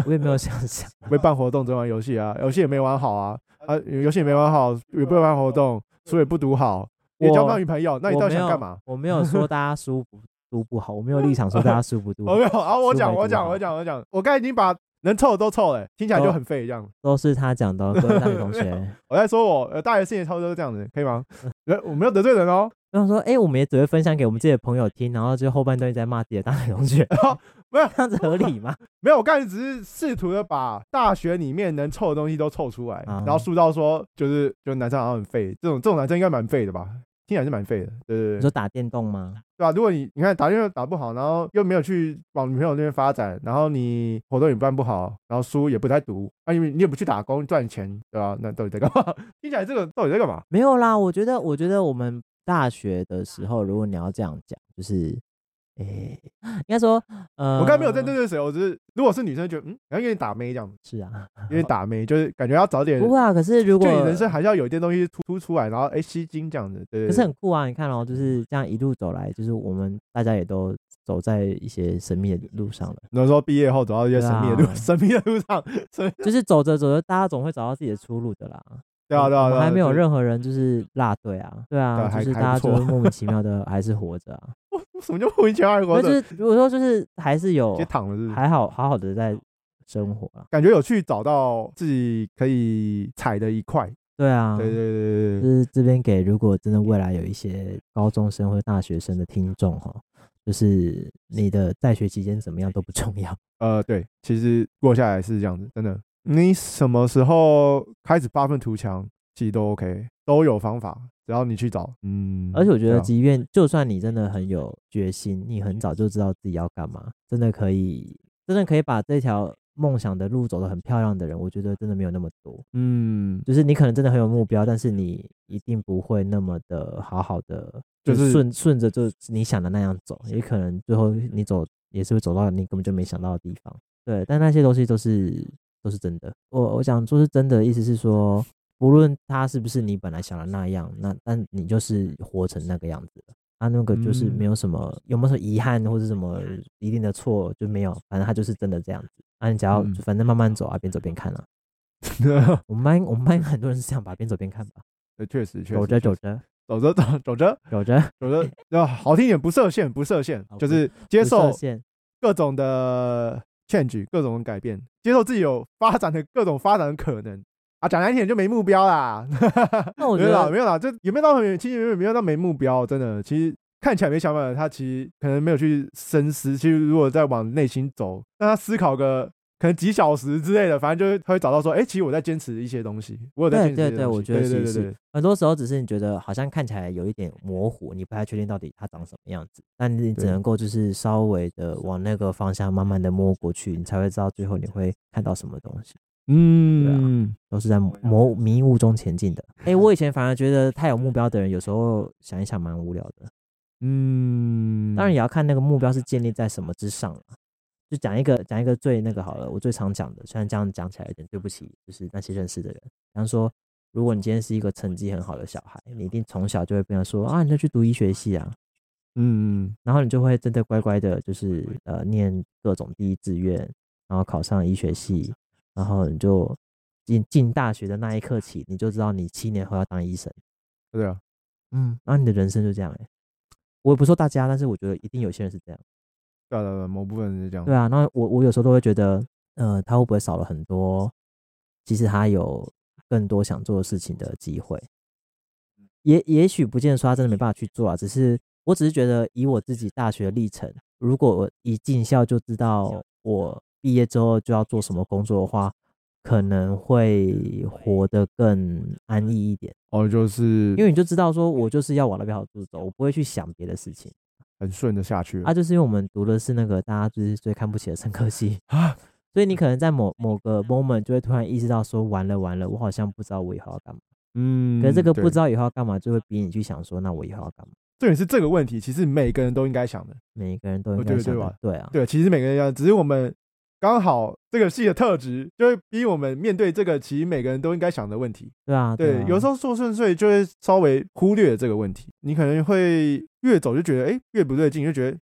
我也没有想想，没办活动只玩游戏啊，游戏也没玩好啊，啊，游戏也没玩好，也不会玩活动，书也不读好，也交不到女朋 友，那你我到没底想有干嘛？我没有说大家舒服 读不好，我没有立场说大家舒服读我好 没，有啊，我书讲没我读讲好我讲我讲，我刚才已经把能凑的都凑了，欸听起来哦就很废这样。都是他讲的哦，各位大学同没学。我在说我呃大学四年差不多都这样子，可 以吗？呃我没有得罪人哦，然后说，哎、我们也只会分享给我们自己的朋友听，然后就后半段一直在骂自己的大学同学， 没有这样子合理吗？没有，我刚才只是试图的把大学里面能凑的东西都凑出来，啊然后塑造说就是就男生好像很废，这种这种男生应该蛮废的吧。听起来是蛮废的，对对你对，说打电动吗？对啊吧、如果你你看打电话打不好，然后又没有去往女朋友那边发展，然后你活动也办不好，然后书也不太读，啊，因为你也不去打工赚钱，对吧、那到底在干嘛？ 听起来这个到底在干嘛？没有啦，我觉得，我觉得我们大学的时候，如果你要这样讲，就是，哎、 应该说，呃，我刚才没有在针对谁，我只是如果是女生，觉得嗯，然后有点打妹这样，是啊，有点打妹，就是感觉要早点，不会啊。可是如就果你人生还是要有一点东西突突出来，然后哎吸睛这样子，对可对是对。很酷啊！你看哦，就是这样一路走来，就是我们大家也都走在一些神秘的路 上了，然后说毕业后走到一些神秘的对路， 啊神秘的路上，神就是走着走着，大家总会找到自己的出路的啦。对啊对我啊，们对啊还没有对任何人就是落队啊，对啊，对还就是还大家不就错是莫名 其妙的还是活着啊，什么叫莫名其妙还 活那就着，直是如果说就是还是有接躺了是不是？还好好好的在生活啊，感觉有去找到自己可以踩的一块。对啊，对对对就对对，是这边给如果真的未来有一些高中生或大学生的听众哈，就是你的在学期间怎么样都不重要，呃，对，其实过下来是这样子，真的。你什么时候开始发愤图强，其实都 OK，都有方法，只要你去找。嗯，而且我觉对得啊即便就算你真的很有决心，你很早就知道自己要干嘛，真的可以真的可以把这条梦想的路走得很漂亮的人，我觉得真的没有那么多。嗯， 就是你可能真的很有目标，但是你一定不会那么的好好的，就是顺顺着就是你想的那样走，也可能最后你走也是会走到你根本就没想到的地方。对，但那些东西都是都是真的。我我想说是真的，意思是说，无论它是不是你本来想的那样，那但你就是活成那个样子了。啊，那个就是没嗯有什么、有没有什么遗憾或者什么一定的错就没有，反正他就是真的这样子。啊，你只要、嗯反正慢慢走啊，边走边看啊。我们班我们班很多人是这样吧，边走边看吧，对，确实确实走着确走实着走着走走着走着，走着， 要好听一点，不设限，不设限好，就不是接不设受限各种的 change，各种的改变，接受自己有发展的各种发展的可能啊。讲难听点就没目标啦。那我 没觉有啦，得没有啦，这有没有到很远？其实有没有到没目标，真的，其实看起来没想法的，他其实可能没有去深思。其实如果再往内心走，让他思考个可能几小时之类的，反正就他会找到说，哎、其实我在坚持一些东西，我有在对坚持一对些对东我西觉得对是对对是对很多时候只是你觉得好像看起来有一点模糊，你不太确定到底它长什么样子，但你只对能够就是稍微的往那个方向慢慢的摸过去，你才会知道最后你会看到什么东西。啊嗯，都是在模迷雾中前进的。哎、我以前反而觉得太有目标的人，有时候想一想蛮无聊的。嗯，当然也要看那个目标是建立在什么之上了。就讲一个讲一个最那个好了，我最常讲的，虽然这样讲起来有点对不起，就是那些认识的人。比方说，如果你今天是一个成绩很好的小孩，你一定从小就会被人说啊，你就去读医学系啊，嗯，然后你就会真的乖乖的，就是呃念各种第一志愿，然后考上医学系，然后你就进进大学的那一刻起，你就知道你七年后要当医生。对啊，嗯，然后你的人生就这样哎、我也不说大家，但是我觉得一定有些人是这样。对啊，对啊，某部分是这样，对啊，那我我有时候都会觉得，呃，他会不会少了很多？其实他有更多想做的事情的机会，也也许不见得说他真的没办法去做啊，只是我只是觉得以我自己大学的历程，如果我一进校就知道我毕业之后就要做什么工作的话，可能会活得更安逸一点，哦，就是因为你就知道说我就是要往那边好处走，我不会去想别的事情。很顺的下去了啊，就是因为我们读的是那个大家就是最看不起的生科系啊，所以你可能在某某个 moment 就会突然意识到说，完了完了，我好像不知道我以后要干嘛。嗯，可是这个不对知道以后要干嘛，就会逼你去想说，那我以后要干嘛？重点是这个问题，其实每个人都应该想的。每一个人都应我觉该得想哦对的吧，对啊，对，其实每个人一样，只是我们刚好这个戏的特质，就会逼我们面对这个其实每个人都应该想的问题。对啊，对，有时候候做顺遂就会稍微忽略这个问题，你可能会越走就觉得，哎，越不对劲，就觉得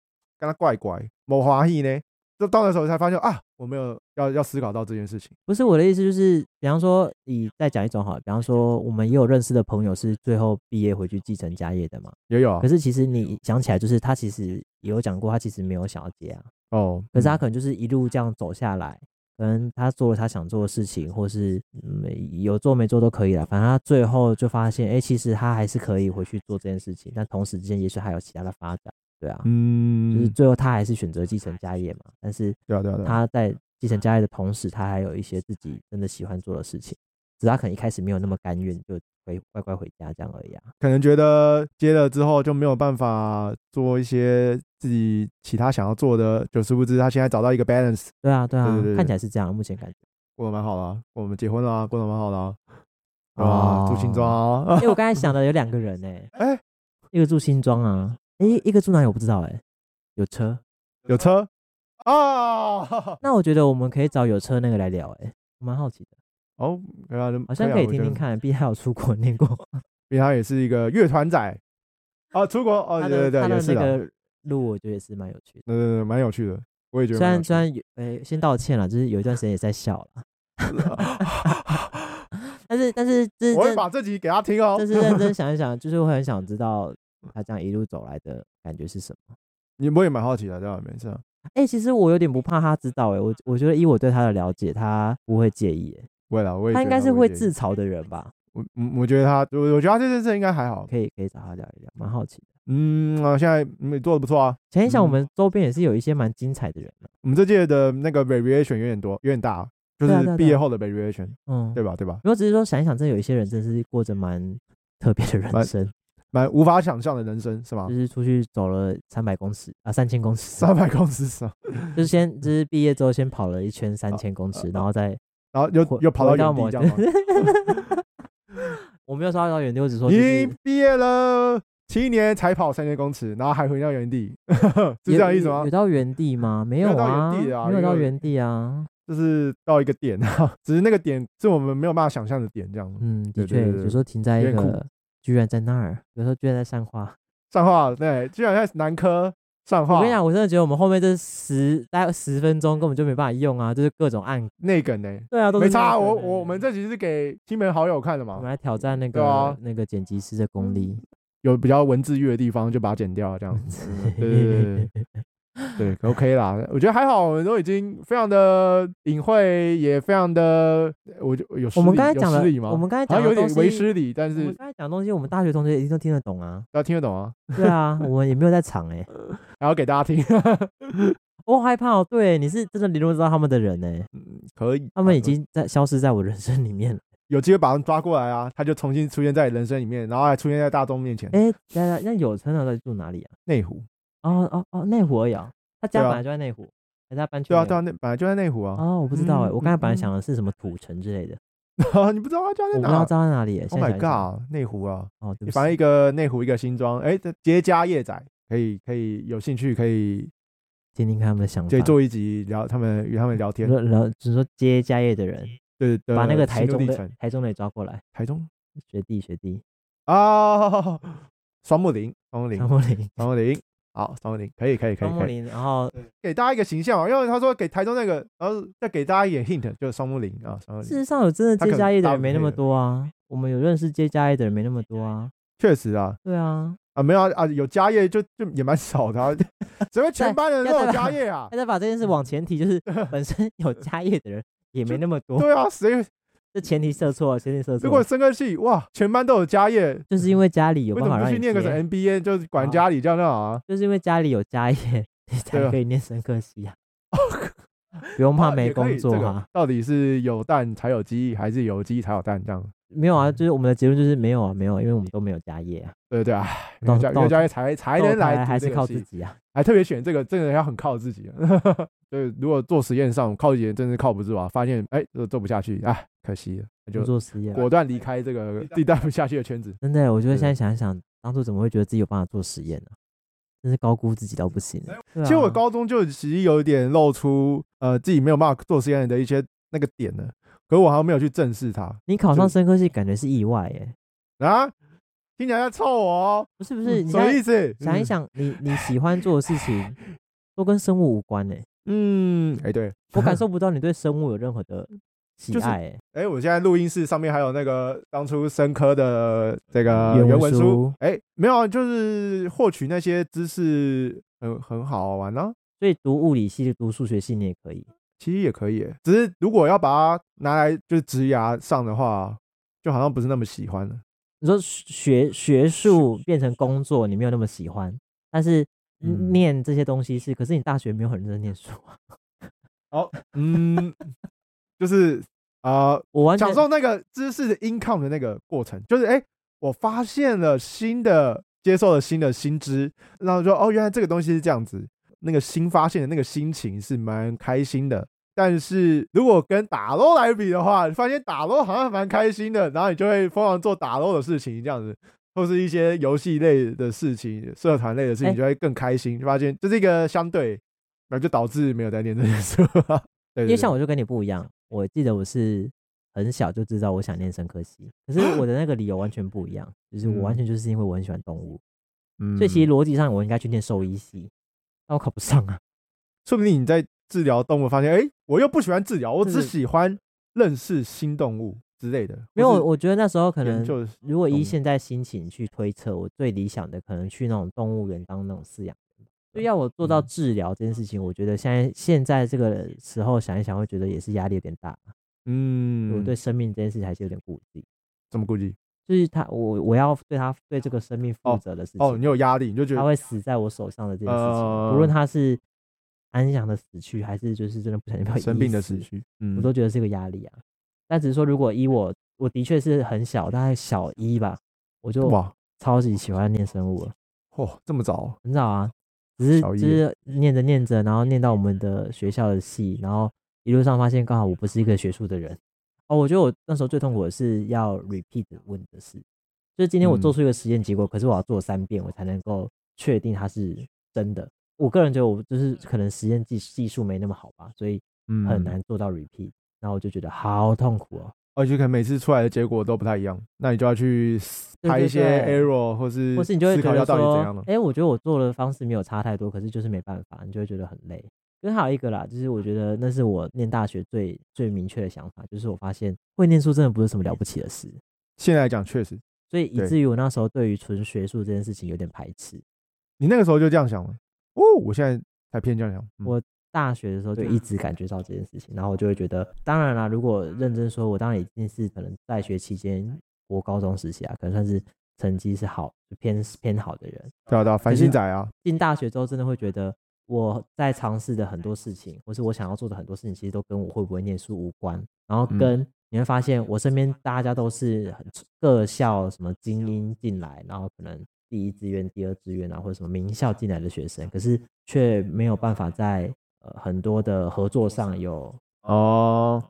跟他怪怪，某华裔呢，就到那时候才发现啊，我没有要要思考到这件事情。不是我的意思，就是比方说，你再讲一种好了，比方说，我们也有认识的朋友是最后毕业回去继承家业的嘛。也有啊可，是其实你想起来，就是他其实也有讲过，他其实没有想要接啊。哦，可是他嗯可能就是一路这样走下来，可能他做了他想做的事情，或是嗯有做没做都可以了。反正他最后就发现，哎、其实他还是可以回去做这件事情，但同时之间也许还有其他的发展，对啊，就是嗯，最后他还是选择继承家业嘛。但是对啊，对啊，对啊，他在继承家业的同时，他还有一些自己真的喜欢做的事情，只是他可能一开始没有那么甘愿，就回乖乖回家这样而已啊。可能觉得接了之后就没有办法做一些自己其他想要做的，就殊不知他现在找到一个 balance，对啊，对啊，对对对看起来是这样，目前感觉。过得蛮好的、啊，我们结婚了、啊，过得蛮好的啊，啊，住新庄哦，啊，啊因为我刚才想的有两个人呢、 哎、一个住新庄啊，诶，一个住哪里我不知道诶，有车， 有车啊， 那我觉得我们可以找有车那个来聊诶，我蛮好奇的，哦，可以啊，好像啊可以我听觉听得，看，毕竟他有出国念过，因为他也是一个乐团仔啊，出国哦，他对的对对，他也的是那的，对个路我觉得也是蛮有趣的。对对，蛮有趣的，我也觉得虽蛮然有趣虽然有，诶，先道歉了，就是有一段时间也在笑了， 但是但是这我会这把这集给他听哦这，是认真想一想，就是会很想知道他这样一路走来的感觉是什么。你我也蛮好奇的，对吧？没事啊，诶，其实我有点不怕他知道诶，我我觉得以我对他的了解，他不会介意诶，我也啦，我也他应该是会会自嘲的人吧？我嗯，我觉得他，我我觉得他这件事应该还好。可以可以找他聊一聊，蛮好奇的。嗯，啊，现在嗯也做的不错啊。前一想，我嗯们周边也是有一些蛮精彩的人啊的、我们这届的那个 variation 有点多，有点大，就对啊对是啊毕对业啊后的 variation，嗯，对吧？对吧？我只是说想一想，真的有一些人真是过着蛮特别的人蛮生，蛮无法想象的人生是吗就？是出去走了三百公尺啊，三千公尺，三百公司上，就是先就是毕业之后先跑了一圈啊三千公尺，然后再然后又回又跑回到到某原地 这样吗？我没有说到原地，我只说就是你毕业了七年才跑三千公尺，然后还回到原地， 是这有样意思吗有有？到原地吗？没有有到原啊，地啊没有到因为原地啊。就是到一个点，啊 只是那个点是我们没有办法想象的点，这样。嗯，的对对确，对有时候停在有一点酷个，居然在那儿，有时候居然在上花，上话，对，居然在南科上话，我跟你讲，我真的觉得我们后面这十大概十分钟根本就没办法用啊，就是各种按。内梗呢，对啊，都是没差。那个我的我我们这集是给亲朋好友看的我嘛们，来挑战那对个、啊嗯那个剪辑师的功力。有比较文字狱的地方就把它剪掉，这样子。嗯对对对对对对，OK 啦，我觉得还好，我们都已经非常的隐晦，也非常的，我就有 失我们礼刚才有讲失了礼，吗？我们刚才好讲像有的东点西，为失礼，但我是们刚才讲的东西，我们大学同学一定都听得懂啊。大家听得懂啊，对 啊，我们也没有在场哎、然后给大家听， 我好害怕哦。对，你是真的联络得到他们的人哎、可以。他们已经在消失在我人生里面 了。有机会把他们抓过来啊，他就重新出现在人生里面，然后还出现在大众面前。哎、那那有村长到底住哪里啊？内湖，哦哦哦，内湖而已啊。他家对啊本来就在内湖，还是他搬去对内湖？啊，对啊，那本来就在内湖啊。哦，我不知道哎、嗯我刚才本来嗯嗯想的是什么土城之类的， 你不知道他家哦我不在知道哪知道在哪里、欸。 ？Oh 现在 my 想一想 god，内湖啊，哦，对不反正一起，个内湖，一个新庄，哎，这结家业仔可以可以有兴趣可以听听看他们的想就法。做一集聊他们与他们聊天，然后只是说接家业的人，对对，把那个心台路中历的程台中的也抓过来，台中学弟学弟，啊，双木林，双木林，张双木林，木林，好，双木林，可以可以可以张木可以，林，然后给大家一个形象啊，因为他说给台中那个，然后再给大家一点 hint，就是双木林啊，双木事林，实上有真的他可接能家业的搭人没配那么的多啊，我们有认识接家业的人没那么多啊，确实啊，对啊，啊，没有啊，啊有家业就就也蛮少的、啊， 怎么全班人都有家 业啊大？家把这件事往前提， 就是本身有家业的人也没那么多，对啊，谁这前提设错了，前提设如错果了，生个气，哇，全班都有家业，就是因为家里有嗯为办法什么不让去你念个什么接， MBA，就是管家里这样那样啊？就是因为家里有家业，你才对啊可以念生科 系啊，不用 怕啊没也可工以作这个啊。到底是有蛋才有鸡，还是有鸡才有蛋这样？没嗯有啊，就是我们的结论就是没有啊，没有啊，因为我们都没有家业啊，对对啊，没到有家没有到家业才才能到头来还读是这个靠系自，己啊。还特别选这个，真的要很靠自己。 对，如果做实验上靠自己真是靠不住啊，发现哎这做不下去，哎可惜了，那不就做实验啊，果断离开这个地带不下去的圈子。真的，我觉得对现在想一想，当初怎么会觉得自己有办法做实验呢、真是高估自己到不行了。对其实我啊高中就其实有一点露出呃自己没有办法做实验的一些那个点了，可我好像没有去正视它你考上就生科系，感觉是意外耶，啊。听起来在臭我哦，不是不是？你什么想意思？嗯想一想，你你喜欢做的事 情都跟生物无关呢，嗯，嗯，哎对，我感 受不到你对生物有任何的喜就是爱欸耶。哎，我现在录音室上面还有那个当初生科的这个原文原文书，哎，没有啊，就是获取那些知识很很好玩啊，所以读物理系、读数学系你也可以，其实也可以，只是如果要把它拿来就是职涯上的话，就好像不是那么喜欢了。你说学学术变成工作，你没有那么喜欢，但是嗯念这些东西是，可是你大学没有很认真念书啊。嗯， 就是啊、呃我完全享受那个知识的 income 的那个过程，就是哎、诶我发现了新的，接受了新的新知，然后说哦，原来这个东西是这样子，那个新发现的那个心情是蛮开心的。但是如果跟打捞来比的话，你发现打捞好像蛮开心的，然后你就会疯狂做打捞的事情，这样子，或是一些游戏类的事情、社团类的事情，诶你就会更开心。就发现这是一个相对，然后就导致没有在念这件事。 对对对因为像我就跟你不一样，我记得我是很小就知道我想念生科系，可是 我的那个理由完全不一样，就是我完全就是因为我很喜欢动物，嗯所以其实逻辑上我应该去念兽医系，但我考不上啊。说不定你在治疗动物，发现哎、诶我又不喜欢治疗，我就只是喜欢认识新动物之类的。没有，或我觉得那时候可是研能究如果动依物现在心情去推测，我最理想的可能去那种动物园当那种饲养员吧。就要我做到嗯治疗这件事情，我觉得现在现在这个时候想一想，会觉得也是压力有点大。嗯，我对生命这件事情还是有点顾忌，怎么估计？就是他，我我要对他对这个生命负哦责的事情。哦，你有压力，你就觉他得会死在我手上的这件事情，不论呃他是安详的死去，还是就是真的不小心 被生医病的时死区，嗯，我都觉得是个压力啊。但只是说，如果依我，我的确是很小，大概小一吧，我就哇，超级喜欢念生物了，哦，这么早，很早啊，只是小就一是念着念着，然后念到我们的学校的系，然后一路上发现刚好我不是一个学术的人。哦，我觉得我那时候最痛苦的是要 repeat 问的事，就是今天我做嗯出一个实验结果，可是我要做三遍，我才能够确定它是真的。我个人觉得我就是可能实验技技术没那么好吧，所以嗯，很难做到 repeat，、然后我就觉得好痛苦哦。而且可能每次出来的结果都不太一样，那你就要去对排一对些对 error，或是或是你就会思觉考得要到底怎样说了，。哎、我觉得我做的方式没有差太多，可是就是没办法，你就会觉得很累。跟还有一个啦，就是我觉得那是我念大学最最明确的想法，就是我发现会念书真的不是什么了不起的事，现在来讲，确实，所以以对至于我那时候对于纯学术这件事情有点排斥。你那个时候就这样想了。哦，我现在才偏这样想。嗯我大学的时候就对啊一直感觉到这件事情，然后我就会觉得，当然啦，如果认真说，我当然已经是可能在学期间，我高中时期啊，可能算是成绩是好偏偏好的人，对啊对啊，可繁是星仔啊，进大学之后，真的会觉得我在尝试的很多事情，或是我想要做的很多事情，其实都跟我会不会念书无关。然后嗯跟你会发现，我身边大家都是很各校什么精英进来，然后可能第一志愿、第二志愿啊，或者什么名校进来的学生，可是却没有办法在呃很多的合作上有哦，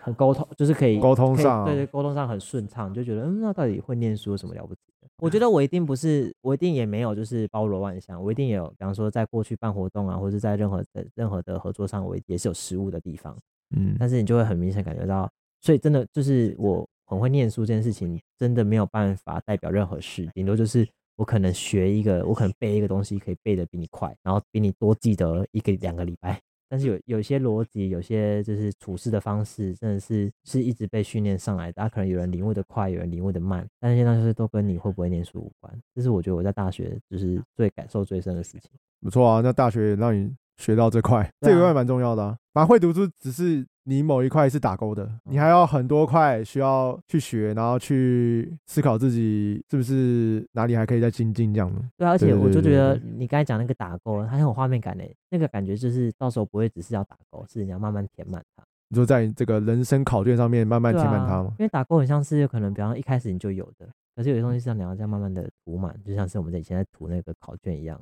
很沟通，就是可以沟通可以上啊对对，沟通上很顺畅，你就觉得嗯，那到底会念书有什么了不起的？我觉得我一定不是，我一定也没有就是包罗万象，我一定也有，比方说在过去办活动啊，或者在任何的任何的合作上，我也是有失误的地方，嗯，但是你就会很明显感觉到，所以真的就是我很会念书这件事情，真的没有办法代表任何事，顶多就是。我可能学一个，我可能背一个东西，可以背得比你快，然后比你多记得一个两个礼拜，但是有有些逻辑，有些就是处事的方式，真的是是一直被训练上来的。啊、可能有人领悟的快，有人领悟的慢，但是现在就是都跟你会不会念书无关。这是我觉得我在大学就是最感受最深的事情。不错啊。那大学也让你学到这块，对啊这一块蛮重要的啊。反正会读书只是你某一块是打勾的，你还要很多块需要去学，然后去思考自己是不是哪里还可以再精进这样的。对啊、而且对我就对觉对得对你刚才讲那个打勾，它很有画面感诶，那个感觉就是到时候不会只是要打勾，是你要慢慢填满它。你就在你这个人生考卷上面慢慢对填满啊它嘛。因为打勾很像是有可能，比方一开始你就有的，可是有些嗯东西是要你要这样慢慢的涂满，就像是我们在以前在涂那个考卷一样。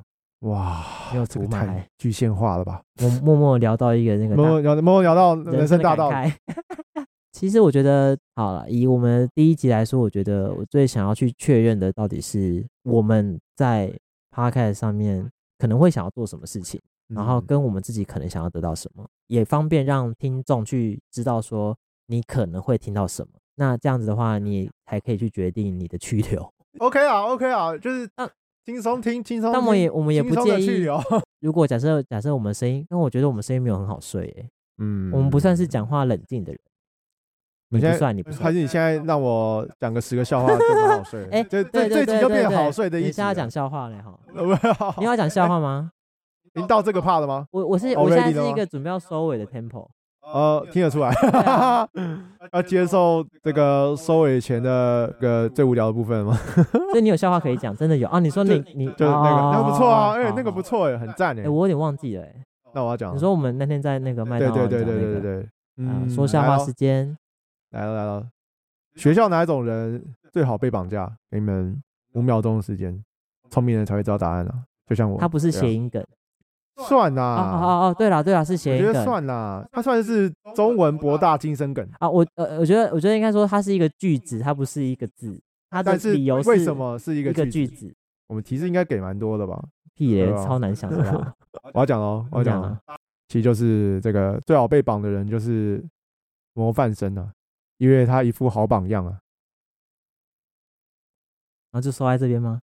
哇，没有这个图嘛太还具象化了吧？我默默聊到一个那个某大某聊某某聊到人生大道，感慨。 其实我觉得，好了，以我们第一集来说，我觉得我最想要去确认的，到底是我们在 podcast 上面可能会想要做什么事情，然后嗯跟我们自己可能想要得到什么，也方便让听众去知道说你可能会听到什么。那这样子的话，你才可以去决定你的去留。 OK 啊，OK 啊，就是那轻松听，轻松听，但我也我们也轻不松介的去意。聊。 如果假设假设我们声音，因为我觉得我们声音没有很好睡、欸，嗯我们不算是，讲话冷静的人。我你现不在算，你不算。还。是你现在让我讲个十个笑话就很好睡了 哎这这对这对集对就对变对，好睡的一你集是了。要 讲笑话嘞哈？你你要讲笑话吗？您到这个怕了吗？我我是哦我现在，ready 了是一吗个准备要收尾的 tempo。呃，听得出来对啊， 要接受这个收尾前的这个最无聊的部分吗？ 所以你有笑话可以讲，真的有啊？你说你你就是那个，那个不错啊，哎哎，，那个不错。错哎，很赞哎哎，。我有点忘记了哎。那我要讲了，你说我们那天在那个麦当对劳啊对讲对对那对对个对，啊嗯，说笑来话咯时间，来了来了，学校哪一种人最好被绑架？给你们五秒钟的时间，聪明人才会知道答案啊。就像我，它不是对啊谐音梗。算啊哦哦啦，哦哦，对啦对啦，是我谐音觉得梗。算啦，它算是中文博大精深梗。啊，我呃，我觉得我觉得应该说它是一个句子，它不是一个字。它的但是理由为什么是一一个个句句子？子？我们提示应该给蛮多的吧？屁嘞对，啊超难想的啦。我要讲哦， 我要讲你讲哦啊，其实就是这个最好被绑的人就是模范生啊，因为他一副好榜样啊。然后就收在这边吗？